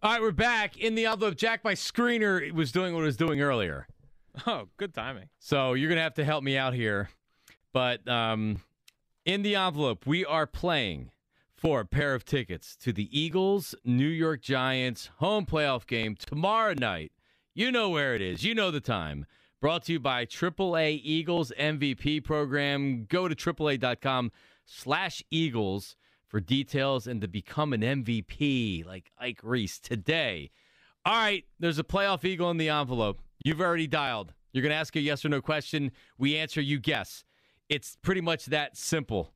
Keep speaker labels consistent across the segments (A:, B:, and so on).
A: All right, we're back in the envelope. Jack, my screener was doing what it was doing earlier.
B: Oh, good timing.
A: So you're going to have to help me out here. But um, in the envelope, we are playing for a pair of tickets to the Eagles New York Giants home playoff game tomorrow night. You know where it is, you know the time. Brought to you by AAA Eagles MVP program. Go to AAA.com slash Eagles for details and to become an MVP like Ike Reese today. All right, there's a playoff eagle in the envelope. You've already dialed. You're going to ask a yes or no question. We answer, you guess. It's pretty much that simple.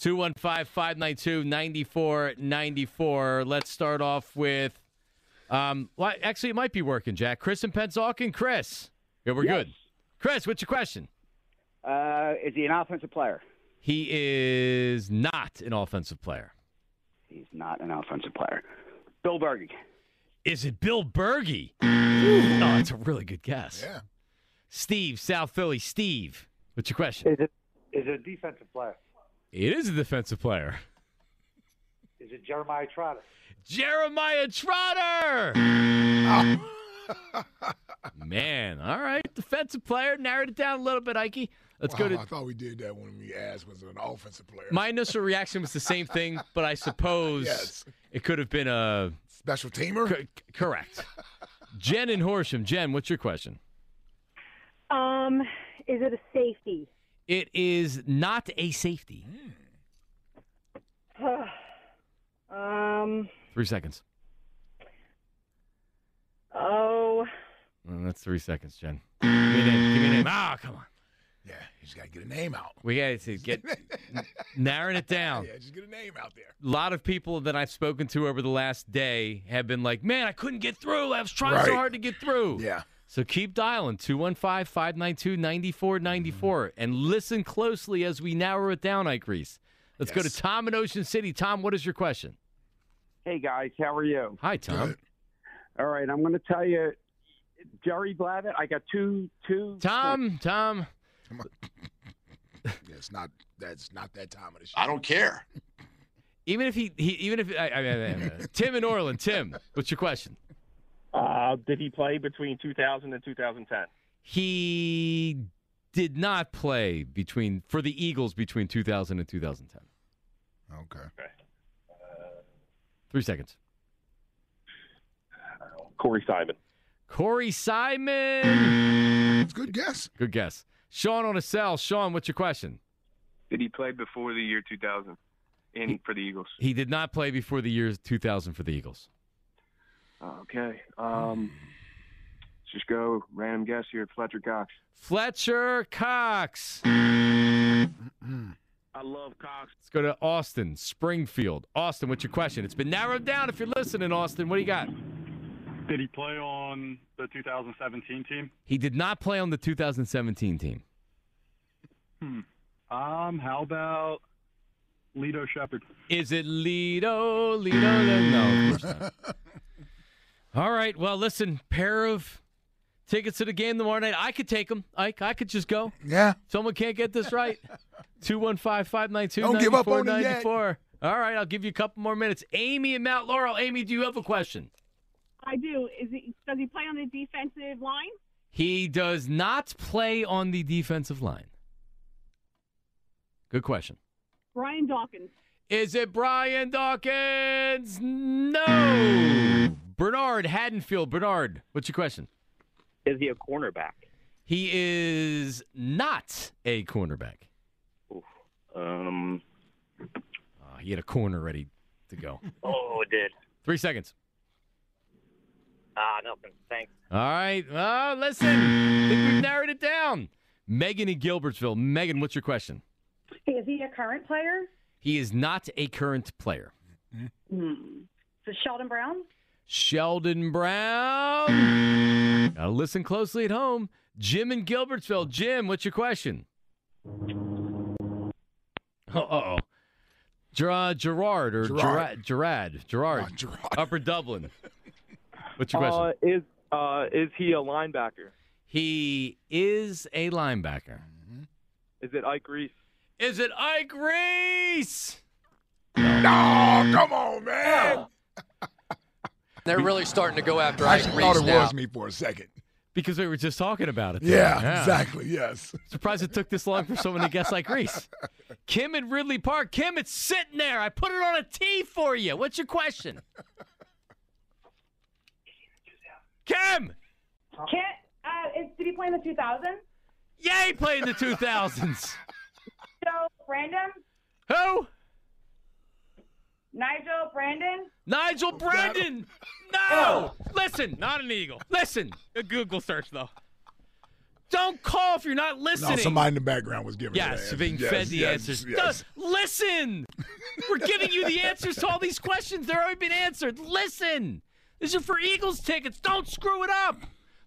A: 215 592 9494. Let's start off with. Um, well, actually, it might be working, Jack. Chris and Pensauken. Chris, yeah, we're
C: Yes.
A: good. Chris, what's your question?
C: Uh, is he an offensive player?
A: He is not an offensive player.
C: He's not an offensive player. Bill Berge.
A: Is it Bill Berge? oh, that's a really good guess. Yeah. Steve, South Philly. Steve, what's your question?
D: Is it is it a defensive player?
A: It is a defensive player.
D: Is it Jeremiah Trotter?
A: Jeremiah Trotter. Man, all right. Defensive player. Narrowed it down a little bit, Ike. Let's
E: Wow,
A: go
E: I
A: to
E: thought we did that when we asked was it an offensive player.
A: my initial reaction was the same thing, but I suppose
E: Yes.
A: it could have been a
E: Special teamer?
A: c- c- correct. Jen in Horsham. Jen, what's your question?
F: Um, is it a safety?
A: It is not a safety.
F: Um,
A: Three seconds.
F: oh,
A: Mm, that's three seconds, Jen. Give me a name. Give me a name. Ah, come on.
E: Yeah, you just got to get a name out.
A: We got to get narrowing it down.
E: Yeah, just get a name out there.
A: A lot of people that I've spoken to over the last day have been like, man, I couldn't get through. I was trying so
E: Right.
A: hard to get through.
E: Yeah.
A: So keep dialing 215 592 9494 and listen closely as we narrow it down, Ike Reese. Let's go to
E: Yes.
A: Tom in Ocean City. Tom, what is your question?
C: Hey guys, how are you?
A: Hi, Tom.
E: Good.
C: All right, I'm going to tell you, Jerry Blavitt. I got two, two.
A: Tom, Tom.
E: Yeah, it's not that's not that time of the show.
G: I don't care.
A: Even if he, he even if I, I, I, I- Tim in Orland, Tim, what's your question?
B: Uh, did he play between 2000 and 2010?
A: He did not play between for the Eagles between 2000 and 2010.
E: Okay.
A: Three seconds.
B: Corey Simon.
A: Corey Simon.
E: It's a good guess.
A: Good guess. Sean on a cell. Sean, what's your question?
H: Did he play before the year 2000 in for the Eagles?
A: He did not play before the year 2000 for the Eagles.
H: Okay. Um, let's just go random guess here. Fletcher Cox.
A: Fletcher Cox.
H: I love Cox.
A: Let's go to Austin, Springfield. Austin, what's your question? It's been narrowed down. If you're listening, Austin, what do you got?
D: Did he play on the 2017 team?
A: He did not play on the 2017 team.
D: Hmm. Um, how about Lito Shepard?
A: Is it Lido? Lido? Lido? No, of course not. All right. Well, listen, pair of tickets to the game tomorrow night. I could take them. Ike, I could just go.
E: Yeah.
A: Someone can't get this right. 215 592
E: Don't give up on it yet.
A: All right. I'll give you a couple more minutes. Amy in Mount Laurel. Amy, do you have a question?
F: I do. Is he? Does he play on the defensive line?
A: He does not play on the defensive line. Good question.
F: Brian Dawkins.
A: Is it Brian Dawkins? No. Bernard Haddonfield. Bernard, what's your question?
G: Is he a cornerback?
A: He is not a cornerback.
G: Um,
A: Uh, he had a corner ready to go.
G: oh, it did.
A: Three seconds.
G: Ah, nothing. Thanks.
A: All right. Uh, listen, I think we've narrowed it down. Megan in Gilbertsville. Megan, what's your question?
I: Hey, is he a current player?
A: He is not a current player.
I: Hmm. Is it Sheldon Brown?
A: Sheldon Brown. Gotta listen closely at home. Jim in Gilbertsville. Jim, what's your question? Oh, uh-oh. Ger- uh, Gerard or Gerard.
J: Gerard.
A: Gerard. Gerard. Upper Dublin. What's your question?
K: Uh, is uh, is he a linebacker?
A: he is a linebacker.
K: Is it Ike Reese?
A: Is it Ike Reese?
E: No, come on, man.
L: They're really starting to go after
E: I
L: Ike
E: thought
L: Reese
E: it
L: now.
E: was me for a second.
A: Because we were just talking about it.
E: Yeah, exactly. Yes.
A: Surprised it took this long for someone to guess like Reese. Kim in Ridley Park. Kim, it's sitting there. I put it on a tee for you. What's your question? Kim!
M: Oh.
I: Can't. Uh, is, did he play in the 2000s?
A: Yay, played in the 2000s.
I: So Brandon,
A: Who?
I: Nigel, Brandon.
A: Nigel Brandon. No! Listen. Not an eagle. Listen. A Google search, though. Don't call if you're not listening.
E: No, somebody in the background was giving.
A: Yes,
E: the
A: being
E: answers.
A: fed the
E: yes,
A: answers.
E: Yes.
A: No, listen, we're giving you the answers to all these questions. They're already been answered. Listen, these are for Eagles tickets. Don't screw it up.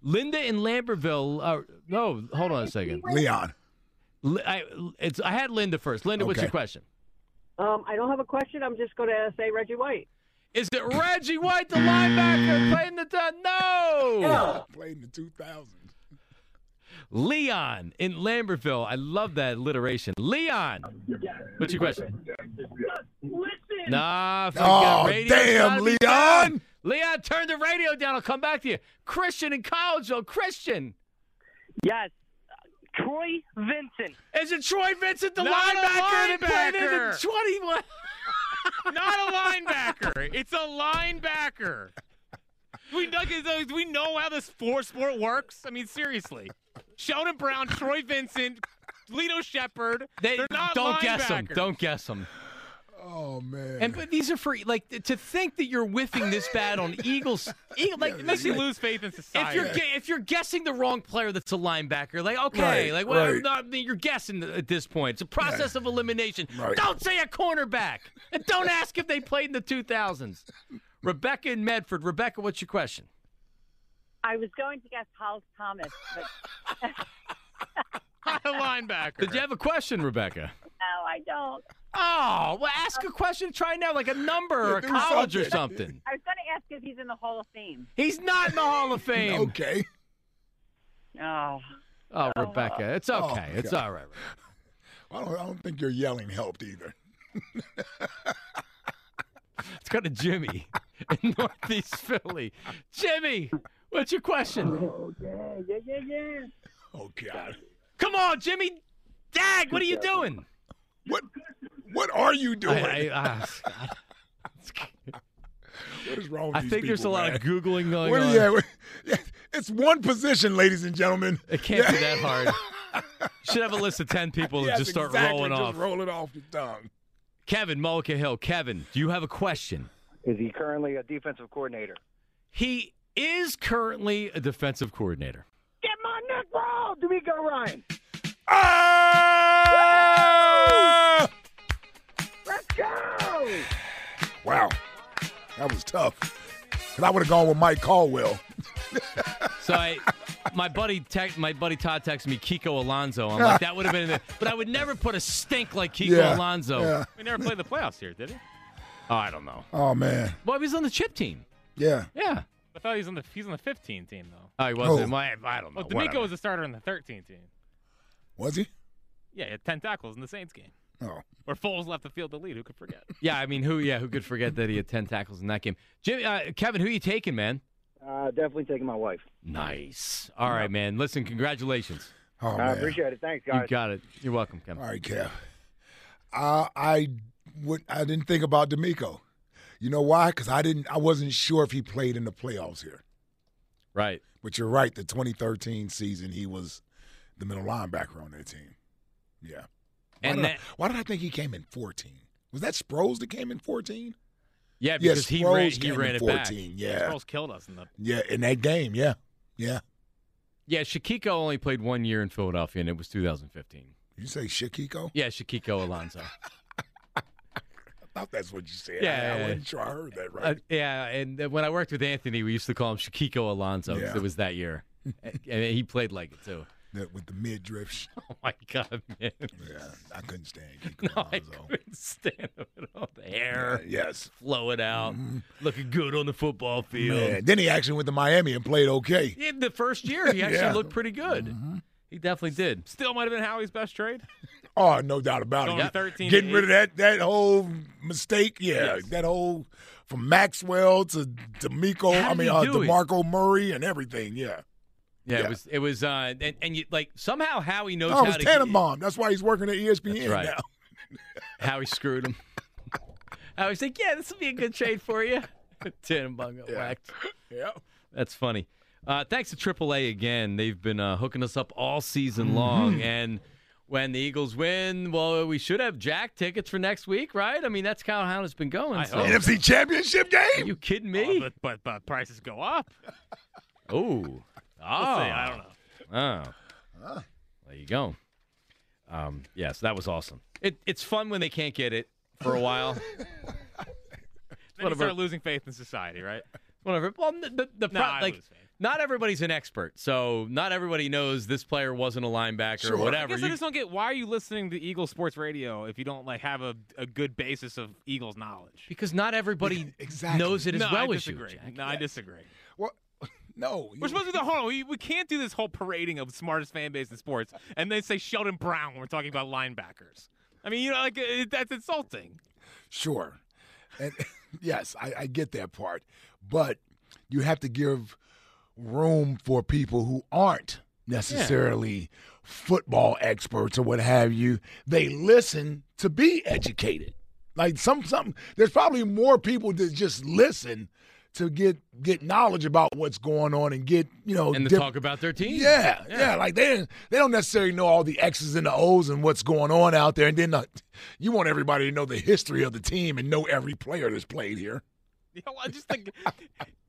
A: Linda in Lambertville. Uh, no, hold on a second.
E: Leon.
A: Li- I, it's, I had Linda first. Linda, what's your
E: Okay.
A: question?
N: Um, I don't have a question. I'm just going to say Reggie White.
A: Is it Reggie White, the linebacker, playing the no?
E: Played in the 2000s.
A: Leon in Lambertville. I love that alliteration. Leon, what's your question?
I: Listen.
A: Nah,
E: Oh,
A: radio's gotta
E: damn,
A: be
E: Leon.
A: down. Leon, turn the radio down. I'll come back to you. Christian in Collegeville. Christian.
O: Yes. Troy Vincent.
A: Is it Troy Vincent, the
O: Not
A: linebacker
O: a
A: that played in the
O: linebacker.
A: 21?
P: Not a linebacker. It's a linebacker. We know, do we know how this four sport works. I mean, seriously. Sheldon Brown, Troy Vincent, Lito Shepard.
A: They,
P: are not
A: don't guess them.
P: linebackers.
A: Don't guess them.
E: Oh man.
A: And but these are free. Like to think that you're whiffing this bad on Eagles. Eagle, like
P: It makes you
A: like-
P: lose faith in
A: If
P: society.
A: you're gue- if you're guessing the wrong player that's a linebacker, like okay,
P: Right,
A: like well,
P: right.
A: no, I mean, you're guessing at this point. It's a process of elimination.
P: Right.
A: Don't say a cornerback, and don't ask if they played in the 2000s. Rebecca in Medford. Rebecca, what's your question?
Q: I was going to guess Hal Thomas, but
P: Not a linebacker.
A: Did you have a question, Rebecca?
Q: no, I don't.
A: Oh, well, ask a question. Try now, like a number or a
Q: Do
A: college or
Q: something.
A: something.
Q: I was going to ask if he's in the Hall of Fame.
A: He's not in the Hall of Fame.
E: Okay.
Q: Oh.
A: Oh, Rebecca, it's
E: Oh,
A: okay. it's
E: God.
A: all right.
E: I don't, I don't think your yelling helped either.
A: Let's go to Jimmy in Northeast Philly. Jimmy, what's your question?
R: Yeah, yeah, yeah.
E: Oh God.
A: Come on, Jimmy. Dag, what are you doing?
E: What What are you doing?
A: I, I- ah,
E: what is wrong with
A: I
E: these
A: think there's a
E: people,
A: lot of
E: man?
A: Googling going
E: What-
A: on.
E: yeah, what- yeah, it's one position, ladies and gentlemen.
A: It can't be that hard. Should have a list of 10 people that
E: Yes,
A: just start
E: exactly,
A: rolling
E: just
A: off.
E: roll it off your tongue.
A: Kevin, Mullica Hill. Kevin, do you have a question?
S: Is he currently a defensive coordinator?
A: He is currently a defensive coordinator.
S: Get my neck roll, D'Amico Ryan.
E: Let's go! Wow, that was tough. Cause I would have gone with Mike Caldwell.
A: So I, my buddy, tec- my buddy Todd texted me Kiko Alonso. I'm like, that would have been, the, but I would never put a stink like Kiko
E: Yeah,
A: Alonso.
E: yeah.
P: We never played the playoffs here, did he?
A: Oh, I don't know.
E: Oh man,
A: Well, he was on the chip team.
E: yeah.
A: Yeah.
P: I thought he was on the he's on the 15 team though.
A: Oh, he wasn't. My, I don't know.
P: Well, D'Amico
A: whatever.
P: was a starter on the 13 team.
E: Was he?
P: Yeah, he had 10 tackles in the Saints game.
E: Oh.
P: Where Foles left the field to lead. Who could forget?
A: Yeah, I mean, who? Yeah, who could forget that he had ten tackles in that game? Jimmy, uh, Kevin, who you taking, man?
S: Uh, definitely taking my wife.
A: Nice. All right, man. Listen, congratulations.
E: Oh,
S: I appreciate it. Thanks, guys.
A: You got it. You're welcome, Kevin.
E: All right, Kev. I I would I didn't think about D'Amico. You know why? Because I didn't. I wasn't sure if he played in the playoffs here.
A: Right.
E: But you're right. The 2013 season, he was the middle linebacker on that team. Yeah. Why,
A: And
E: did,
A: that-
E: I, why did I think he came in 14? Was that Sproles that came in 14?
A: Yeah,
E: Yeah,
A: because he
E: Sproles
A: ran, he
E: came
A: ran
E: in
A: it back.
E: 14, yeah.
P: Sproles killed us in the.
E: Yeah, in that game. Yeah. Yeah.
A: Yeah, Shakiko only played one year in Philadelphia, and it was 2015.
E: You say Shakiko?
A: Yeah, Shakiko Alonso.
E: I thought that's what you said.
A: Yeah,
E: I,
A: yeah,
E: I
A: yeah.
E: wasn't sure I heard that right.
A: Uh, yeah, and uh, when I worked with Anthony, we used to call him Shakiko Alonso. 'cause
E: Yeah.
A: It was that year, and and he played like it too.
E: that with the mid drift.
A: Oh my god, man!
E: Yeah, I couldn't stand Kiko
A: No, I
E: Alonso.
A: couldn't stand him at all. The hair,
E: Yeah, yes.
A: flowing out, looking good on the football field.
E: Mm-hmm. Man, then he actually went to Miami and played okay.
A: In the first year, he actually
E: Yeah. Mm-hmm.
A: looked pretty good. He definitely did.
P: Still might have been Howie's best trade.
E: Oh, no doubt about
P: Going
E: it.
P: 13 to
E: Getting rid of that that whole mistake. Yeah,
P: Yes.
E: that whole from Maxwell to D'Amico.
A: How
E: I
A: did
E: mean,
A: he
E: uh,
A: do it?
E: Demarco Murray and everything. Yeah.
A: Yeah,
E: Yeah.
A: it was. It was, uh, and, and you like somehow Howie knows
E: Oh,
A: how
E: it was
A: to.
E: Tannenbaum. That's why he's working at E ESPN
A: right.
E: now.
A: Howie screwed him. I was like, yeah, this will be a good trade for you. Tannenbaum got whacked.
E: Yeah.
A: That's funny. Uh, thanks to AAA again. They've been uh, hooking us up all season long. And when the Eagles win, well, we should have Jack tickets for next week, right? I mean, that's kind of how it's been going. so-
E: NFC Championship
A: Are
E: game.
A: you kidding me?
P: Oh, But but, but prices go up.
A: Oh. Oh.
P: Oh, We'll see. I don't know. Ah.
A: Oh. There you go. Um, yes, that was awesome. It, it's fun when they can't get it for a while.
P: Then you
A: of our-
P: start losing faith in society, right?
A: Whatever. Well, the, the, the
P: No,
A: pro-
P: I
A: like,
P: lose faith.
A: not everybody's an expert, so not everybody knows this player wasn't a linebacker
E: Sure.
A: or whatever.
P: I guess I
A: You-
P: just don't get why are you listening to Eagle Sports Radio if you don't like have a, a good basis of Eagles knowledge.
A: because not everybody knows it as
P: no,
A: well
P: I
A: as you.
P: disagree.
A: Jack.
P: No, I disagree.
E: What? No.
P: We're supposed to do the whole. We, we can't do this whole parading of smartest fan base in sports and then say Sheldon Brown when we're talking about linebackers. I mean, you know, like it, that's insulting.
E: Sure. And yes, I, I get that part. But you have to give room for people who aren't necessarily football experts or what have you. They listen to be educated. Like some some there's probably more people that just listen to get get knowledge about what's going on and get, you know,
A: And to
E: diff-
A: talk about their team.
E: Oh, yeah, yeah, Like they they don't necessarily know all the X's and the O's and what's going on out there. And then uh, you want everybody to know the history of the team and know every player that's played here.
P: You know, I just think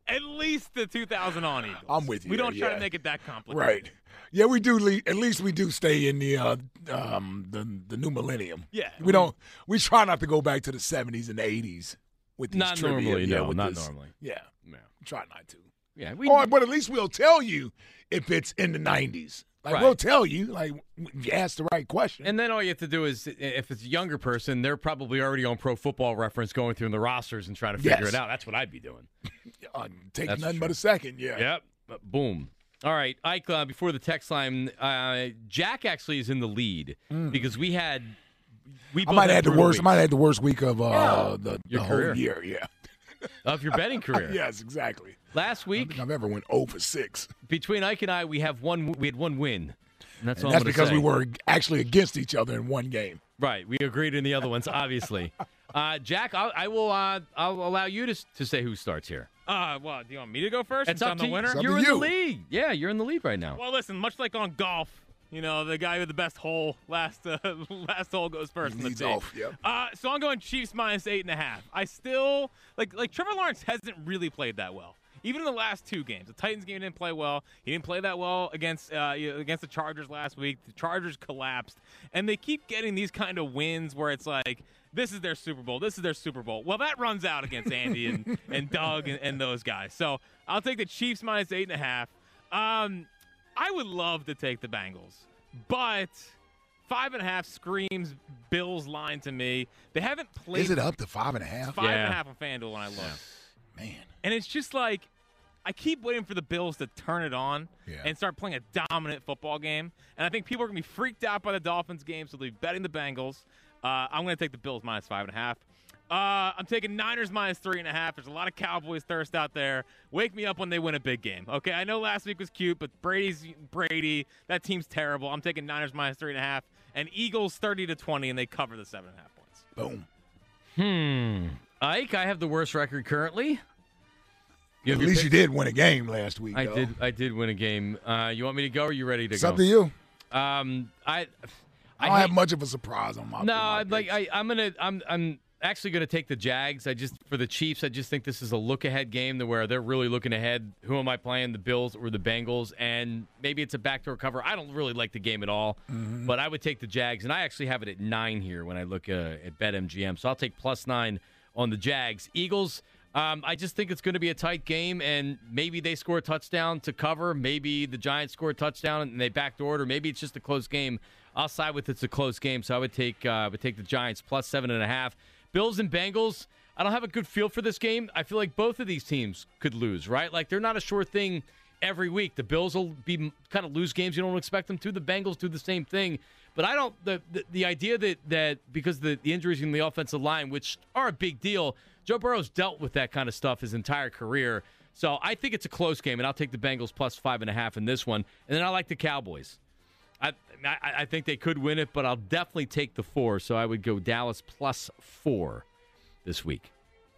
P: at least the 2000 on Eagles.
E: I'm with you
P: We don't
E: there,
P: try
E: yeah.
P: to make it that complicated.
E: Right. Yeah, we do. Le- at least we do stay in the uh, um the the new millennium.
P: Yeah.
E: We don't. We try not to go back to the '70s and the '80s with these
A: Not
E: trivia,
A: normally,
E: Yeah,
A: no,
E: with
A: not
E: this- Oh,
A: normally.
E: Yeah.
A: No.
E: Try not to.
A: Yeah, we
E: We, or, but at least we'll tell you if it's in the '90s. Like
A: Right.
E: we'll tell you. Like if you ask the right question.
A: And then all you have to do is, i- if it's a younger person, they're probably already on Pro Football Reference, going through the rosters and trying to figure it
E: Yes.
A: out. That's what I'd be doing.
E: Uh, take
A: That's
E: nothing
A: for
E: but a second. Yeah.
A: Yep. Uh, Boom. All right, Ike. Uh, before the text line, uh, Jack actually is in the lead because we had we
E: Hmm. I
A: both
E: might have had the
A: brutal
E: worst. I
A: weeks
E: might have had the worst week of uh, the,
A: Your
E: the whole
A: career.
E: year. Yeah.
A: of your betting career.
E: yes, exactly.
A: Last
E: I
A: week,
E: think I've ever went 0 for six.
A: between Ike and I, we have one. We had one win. And that's
E: And
A: all.
E: that's
A: I'm gonna
E: because
A: say.
E: we were actually against each other in one game.
A: right. We agreed in the other ones, obviously. uh, Jack, I'll, I will. Uh, I'll allow you to s- to say who starts here.
P: Uh, well, do you want me to go first?
A: It's
P: since
A: up
P: I'm
A: to
P: the
A: you.
P: winner.
E: It's up
A: You're
E: to
A: in the
E: you.
A: lead. Yeah, you're in the lead right now.
P: Well, listen, much like on golf, you know, the guy with the best hole last uh, last hole goes first in the
E: Leads
P: tee.
E: off, yep.
P: Uh, so I'm going Chiefs minus eight and a half. I still like like Trevor Lawrence hasn't really played that well. Even in the last two games, the Titans game didn't play well. He didn't play that well against uh, you know, against the Chargers last week. The Chargers collapsed, and they keep getting these kind of wins where it's like, this is their Super Bowl. This is their Super Bowl. Well, that runs out against Andy and, and Doug and, and those guys. So I'll take the Chiefs minus eight and a half. Um, I would love to take the Bengals, but five and a half screams Bills line to me. They haven't played
E: Is it up to five and a half?
P: five and
A: Yeah.
P: a half on FanDuel when I look.
E: Man,
P: And it's just like I keep waiting for the Bills to turn it on
E: Yeah.
P: and start playing a dominant football game. And I think people are gonna be freaked out by the Dolphins game, so they'll be betting the Bengals. Uh, I'm gonna take the Bills minus five and a half. Uh, I'm taking Niners minus three and a half. There's a lot of Cowboys thirst out there. Wake me up when they win a big game. Okay, I know last week was cute, but Brady's Brady. That team's terrible. I'm taking Niners minus three and a half, and Eagles 30 to 20, and they cover the seven and a half points.
E: boom.
A: Hmm. Ike, I have the worst record currently. You have
E: At
A: your
E: least you
A: picks?
E: did win a game last week.
A: I
E: though.
A: did. I did win a game. Uh, you want me to go? Or are you ready to
E: It's up
A: go?
E: to you.
A: Um, I.
E: I don't
A: hate-
E: have much of a surprise on my.
A: no, I'm like I, I'm gonna I'm I'm actually gonna take the Jags. I just for the Chiefs, I just think this is a look ahead game to where they're really looking ahead. Who am I playing? The Bills or the Bengals? And maybe it's a backdoor cover. I don't really like the game at all,
E: Mm-hmm.
J: Mhm.
A: but I would take the Jags, and I actually have it at nine here when I look uh, at BetMGM. So I'll take plus nine on the Jags. Eagles. Um, I just think it's going to be a tight game, and maybe they score a touchdown to cover. Maybe the Giants score a touchdown and they backdoor it, or maybe it's just a close game. I'll side with it's a close game, so I would take uh, I would take the Giants plus seven and a half. Bills and Bengals. I don't have a good feel for this game. I feel like both of these teams could lose, right? Like they're not a sure thing every week. The Bills will be kind of lose games you don't expect them to. The Bengals do the same thing, but I don't the the, the idea that that because the, the injuries in the offensive line, which are a big deal, Joe Burrow's dealt with that kind of stuff his entire career. So I think it's a close game, and I'll take the Bengals plus five and a half in this one. And then I like the Cowboys. I, I I think they could win it, but I'll definitely take the four. So I would go Dallas plus four this week.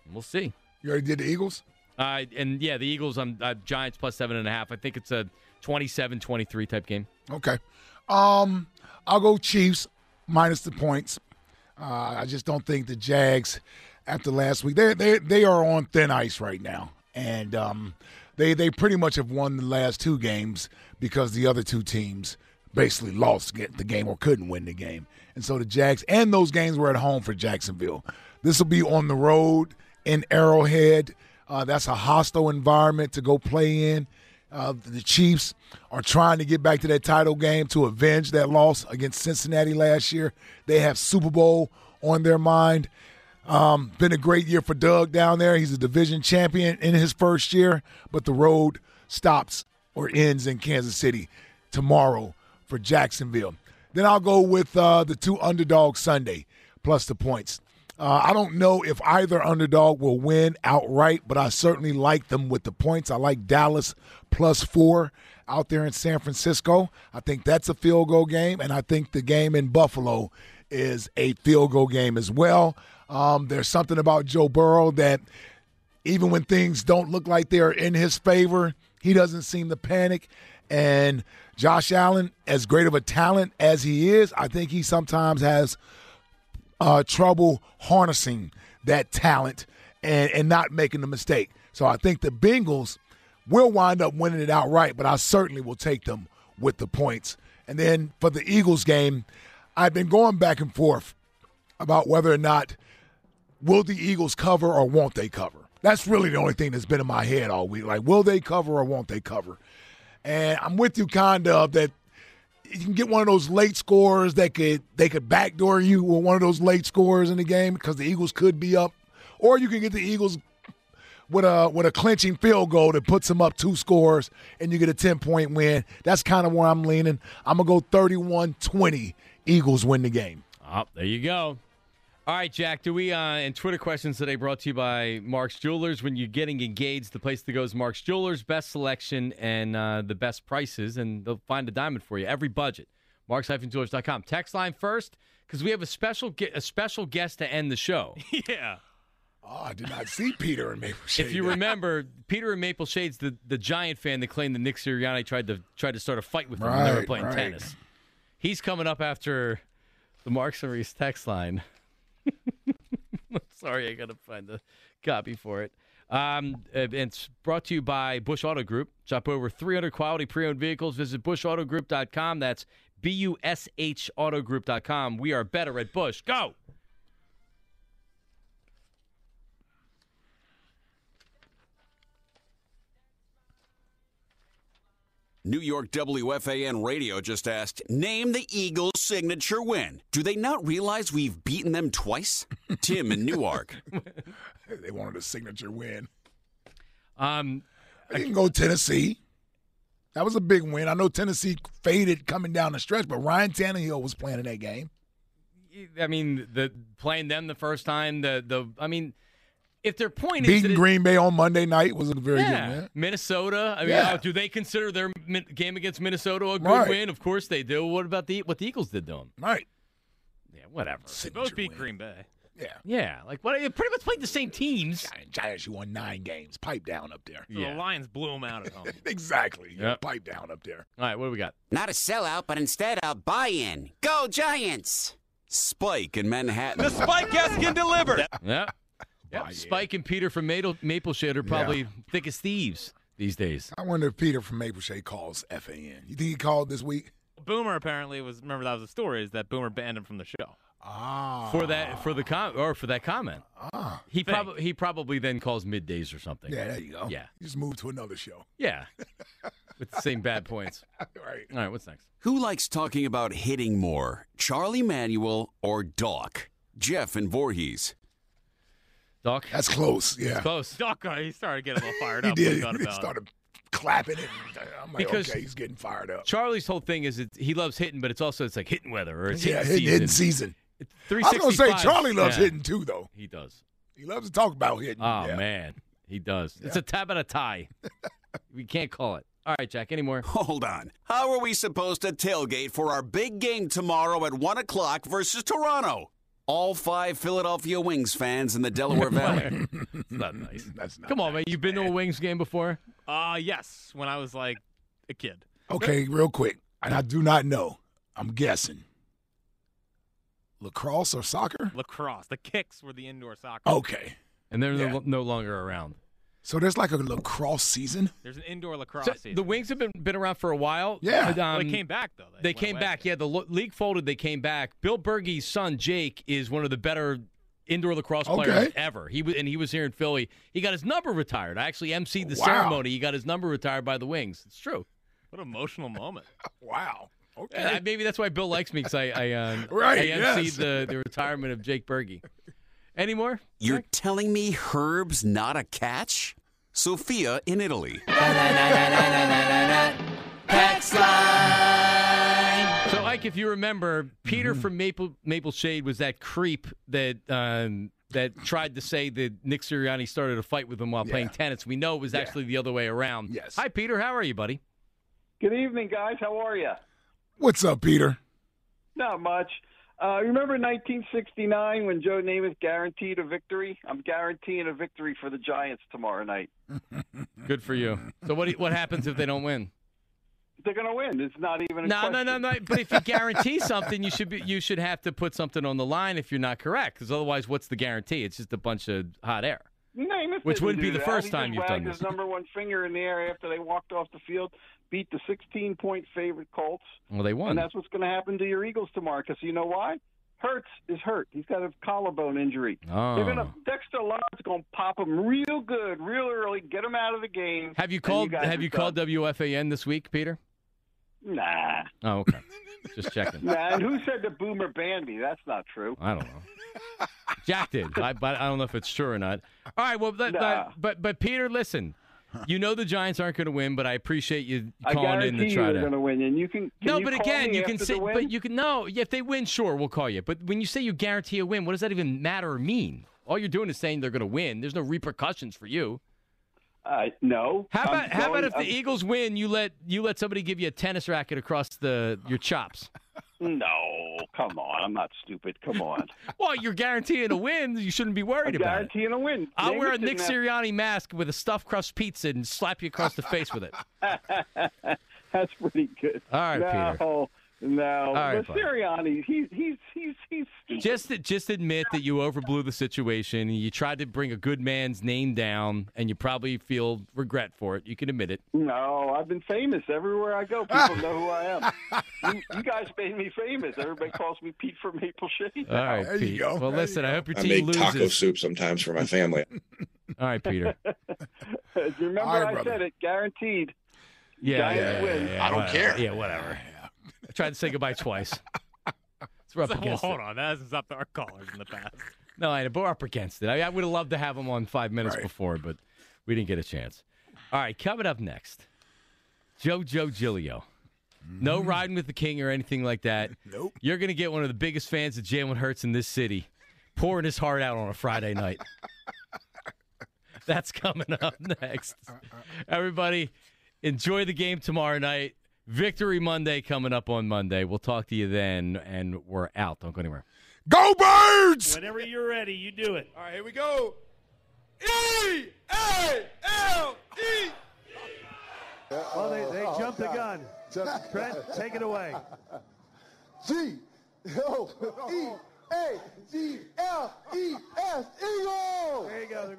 A: And we'll see.
E: You already did the Eagles?
A: Uh, and yeah, the Eagles, I'm uh, Giants plus seven and a half. I think it's a 27 23 type game.
E: Okay. Um, I'll go Chiefs minus the points. Uh, I just don't think the Jags after last week they they they are on thin ice right now, and um, they they pretty much have won the last two games because the other two teams basically lost get the game or couldn't win the game, and so the Jags and those games were at home for Jacksonville. This will be on the road in Arrowhead. Uh, that's a hostile environment to go play in. Uh, the Chiefs are trying to get back to that title game to avenge that loss against Cincinnati last year. They have Super Bowl on their mind. Um, been a great year for Doug down there. He's a division champion in his first year, but the road stops or ends in Kansas City tomorrow for Jacksonville. Then I'll go with uh, the two underdogs Sunday plus the points. Uh, I don't know if either underdog will win outright, but I certainly like them with the points. I like Dallas plus four out there in San Francisco. I think that's a field goal game, and I think the game in Buffalo is a field goal game as well. Um, there's something about Joe Burrow that even when things don't look like they're in his favor, he doesn't seem to panic. And Josh Allen, as great of a talent as he is, I think he sometimes has uh, trouble harnessing that talent and, and not making the mistake. So I think the Bengals will wind up winning it outright, but I certainly will take them with the points. And then for the Eagles game, I've been going back and forth about whether or not will the Eagles cover or won't they cover? That's really the only thing that's been in my head all week. Like, will they cover or won't they cover? And I'm with you kind of that you can get one of those late scores that could they could backdoor you with one of those late scores in the game because the Eagles could be up, or you can get the Eagles with a with a clinching field goal that puts them up two scores and you get a 10 point win. That's kind of where I'm leaning. I'm going to go 31-20 Eagles win the game.
A: Oh, there you go. All right, Jack. Do we uh, and Twitter questions today brought to you by Mark's Jewelers. When you're getting engaged, the place to go is Mark's Jewelers. Best selection and uh, the best prices, and they'll find a diamond for you. Every budget. Marks-Jewelers.com. Text line first because we have a special ge- a special guest to end the show.
P: yeah.
E: Oh, I did not see Peter and Maple Shade.
A: If you remember, Peter in Maple Shades, the, the Giant fan that claimed that Nick Sirianni tried to tried to start a fight with him when they were
E: Right,
A: playing
E: right.
A: tennis. He's coming up after the Marks and Reese text line. Sorry, I gotta find the copy for it. Um, and it's brought to you by Bush Auto Group. Shop over 300 quality pre-owned vehicles. Visit bushautogroup.com. That's B-U-S-H autogroup.com. We are better at Bush. Go!
T: New York WFAN radio just asked, name the Eagles' signature win. Do they not realize we've beaten them twice? Tim in Newark.
E: they wanted a signature win.
A: Um,
E: I can go Tennessee. That was a big win. I know Tennessee faded coming down the stretch, but Ryan Tannehill was playing in that game.
A: I mean, the playing them the first time, the the I mean, if their point is that
E: Beating
A: it-
E: Green Bay on Monday night was a very
A: yeah,
E: good win.
A: Minnesota. I mean,
E: Yeah.
P: uh,
A: oh, do they consider their min- game against Minnesota a good
E: Right.
A: win? Of course they do. What about the what the Eagles did to them?
E: Right.
A: Yeah, whatever.
P: They both beat Green Bay.
E: Yeah.
P: Yeah. Like, what? You pretty much played the same teams.
E: Giants, you won nine games. Pipe down up there.
A: So The Lions blew him out at home.
E: exactly.
P: Yep.
E: Pipe down up there.
P: All right, what do we got?
U: Not a sellout, but instead a buy in. Go Giants! Spike in Manhattan. The Spike Gaskin delivered.
P: Yeah. Spike and Peter from Maple, Maple Shade are probably thick as thieves these days.
E: I wonder if Peter from Maple Shade calls FAN. You think he called this week?
A: Boomer apparently was. Remember that was a story. Is that Boomer banned him from the show?
E: Ah.
P: For that, for the com- or for that comment,
E: Ah.
P: he probably he probably then calls middays or something.
E: Yeah, there you go.
P: Yeah,
E: You just moved to another show.
P: yeah, with the same bad points.
E: Right.
P: All right, what's next?
U: Who likes talking about hitting more, Charlie Manuel or Doc? Jeff and Voorhees.
P: Doc?
E: That's close. Yeah.
P: close.
A: Doc, uh, he started getting a little fired up.
E: He
A: when
E: did.
A: thought
E: He
A: about it.
E: started clapping it. I'm like,
P: Because-
E: okay, he's getting fired up.
P: Charlie's whole thing is it, he loves hitting, but it's also it's like hitting weather or it's
E: yeah,
P: hitting
E: hitting,
P: season.
E: hitting season. I was gonna say
P: 365.
E: Charlie loves
P: Yeah.
E: hitting too, though.
P: He does.
E: He loves to talk about hitting.
P: Oh
E: Yeah.
P: man, he does. It's a tab and a tie. we can't call it. All right, Jack. Any more?
U: Hold on. How are we supposed to tailgate for our big game tomorrow at 1 o'clock versus Toronto? All five Philadelphia Wings fans in the Delaware Valley.
P: Not nice.
E: That's not
P: Come on, man. You've been to a Wings game before?
A: Uh yes, when I was like a kid.
E: Okay, real quick. And I do not know. I'm guessing. Lacrosse or soccer?
A: Lacrosse. The kicks were the indoor soccer.
P: Oh,
E: Okay.
P: And they're no, no longer around.
E: So there's like a lacrosse season?
A: There's an indoor lacrosse.
P: So
A: season.
P: the Wings have been been around for a while.
E: Yeah.
P: But,
A: Well,
P: um,
A: they came back though.
P: They
A: went
P: came
A: away.
P: back. Yeah, the lo- league folded. They came back. Bill Berge's son Jake is one of the better indoor lacrosse players
E: Okay.
P: ever. He was and he was here in Philly. He got his number retired. I actually emceed the
E: Wow.
P: ceremony. He got his number retired by the Wings. It's true.
A: What an emotional moment.
E: Wow. Okay.
P: And I- maybe that's why Bill likes me because I I, um,
E: Right,
P: I emceed
E: yes.
P: the, the retirement of Jake Berge. Any more?
U: You're telling me Herb's not a catch? Sophia in Italy.
P: So, Ike, if you remember,
E: Mm-hmm.
P: Peter from Maple Maple Shade was that creep that um, that tried to say that Nick Sirianni started a fight with him while playing tennis. We know it was actually the other way around. Yes. Hi, Peter. How are you, buddy?
V: Good evening, guys. How are you?
E: What's up, Peter?
V: Not much. Uh, remember 1969 when Joe Namath guaranteed a victory? I'm guaranteeing a victory for the Giants tomorrow night.
P: Good for you. So, what do you- what happens if they don't win?
V: They're going to win. It's not even a
P: No,
V: question.
P: no, no, no. But if you guarantee something, you should be you should have to put something on the line if you're not correct, because otherwise, what's the guarantee? It's just a bunch of hot air.
V: Namath
P: Which
V: didn't
P: wouldn't be
V: do
P: the
V: that.
P: first
V: He
P: time
V: just
P: you've done
V: wagged his
P: this.
V: number one finger in the air after they walked off the field, beat the 16-point favorite Colts,
P: Well, they won.
V: and that's what's going to happen to your Eagles tomorrow. Because you know why? Hertz is hurt. He's got a collarbone injury.
P: Oh.
V: They're gonna Dexter Lawrence gonna pop him real good, real early, get him out of the game.
P: Have you
V: and
P: called
V: guys
P: Have
V: are
P: you called
V: done.
P: WFAN this week, Peter?
V: Nah,
P: Oh, okay. Just checking.
V: nah. And who said the Boomer banned me? That's not true.
P: I don't know. Jack did, I, but I don't know if it's true or not. All right, well, but but, but, but Peter, listen, you know the Giants aren't going to win, but I appreciate you
V: I
P: calling
V: guarantee
P: in to
V: you
P: try
V: they're
P: to.
V: gonna win, and you can. can
P: no,
V: you
P: but
V: call
P: again,
V: me
P: you can
V: after
P: say,
V: the win?
P: but you can no. If they win, sure, we'll call you. But when you say you guarantee a win, what does that even matter or mean? All you're doing is saying they're going to win. There's no repercussions for you.
V: Uh, no.
P: How
V: I'm
P: about how about
V: going-
P: if the
V: I'm-
P: Eagles win, you let you let somebody give you a tennis racket across the your chops?
V: No, come on. I'm not stupid. Come on.
P: Well, you're guaranteeing a win. You shouldn't be worried
V: I'm
P: about it.
V: guaranteeing a win.
P: I'll wear a
V: Namath
P: Nick
V: didn't have-
P: Sirianni mask with a stuffed crust pizza and slap you across the face with it.
V: That's pretty good.
P: All right,
V: no, No.
P: right,
V: but
P: buddy.
V: Sirianni, he's he's he's he's stupid.
P: Just just admit that you overblew the situation. and You tried to bring a good man's name down, and you probably feel regret for it. You can admit it.
V: No, I've been famous everywhere I go. People know who I am. You, you guys made me famous. Everybody calls me Pete from Maple Shade.
P: All right,
V: now.
P: Pete. Well, listen, I hope your
W: I
P: team
W: make taco
P: loses.
W: soup sometimes for my family.
P: All right, Peter.
V: Do you remember
W: All right,
V: I
W: brother.
V: said it? Guaranteed.
P: Yeah,
V: Giants
P: yeah,
V: win.
P: yeah, yeah,
V: I don't
P: whatever.
V: care.
P: Yeah, whatever. I tried to say goodbye twice. It's we're up
A: So, well,
P: against it.
A: hold on, that hasn't stopped our callers in the past.
P: No, I but we're up against it. I, I would have loved to have him on five minutes before, but we didn't get a chance. All right, coming up next, JoJo Gilio. No riding with the king or anything like that. Nope. You're going to get one of the biggest fans of Jalen Hurts in this city, pouring his heart out on a Friday night. That's coming up next. Everybody, enjoy the game tomorrow night. Victory Monday coming up on Monday. We'll talk to you then, and we're out. Don't go anywhere.
M: Go birds!
X: Whenever you're ready, you do it.
E: All right, here we go. E A L E.
X: Oh, they, they jumped the gun. Trent, take it away.
E: G O E A G L E S Eagle. There you go.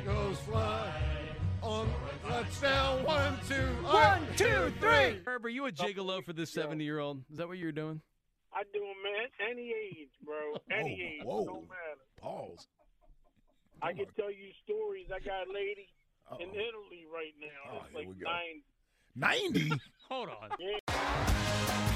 E: Eagles fly on. Let's sail one two one two three.
A: Herb, are you a gigolo for this 70 year old? Is that what you're doing?
Y: I do, man. Any age, bro. Any
M: Whoa,
Y: age.
M: whoa.
Y: Don't matter.
M: Pause.
Y: I can tell you stories. I got a lady in
M: Uh-oh.
Y: Italy right now. it's like nine.
M: 90?
Y: Hold on. Yeah.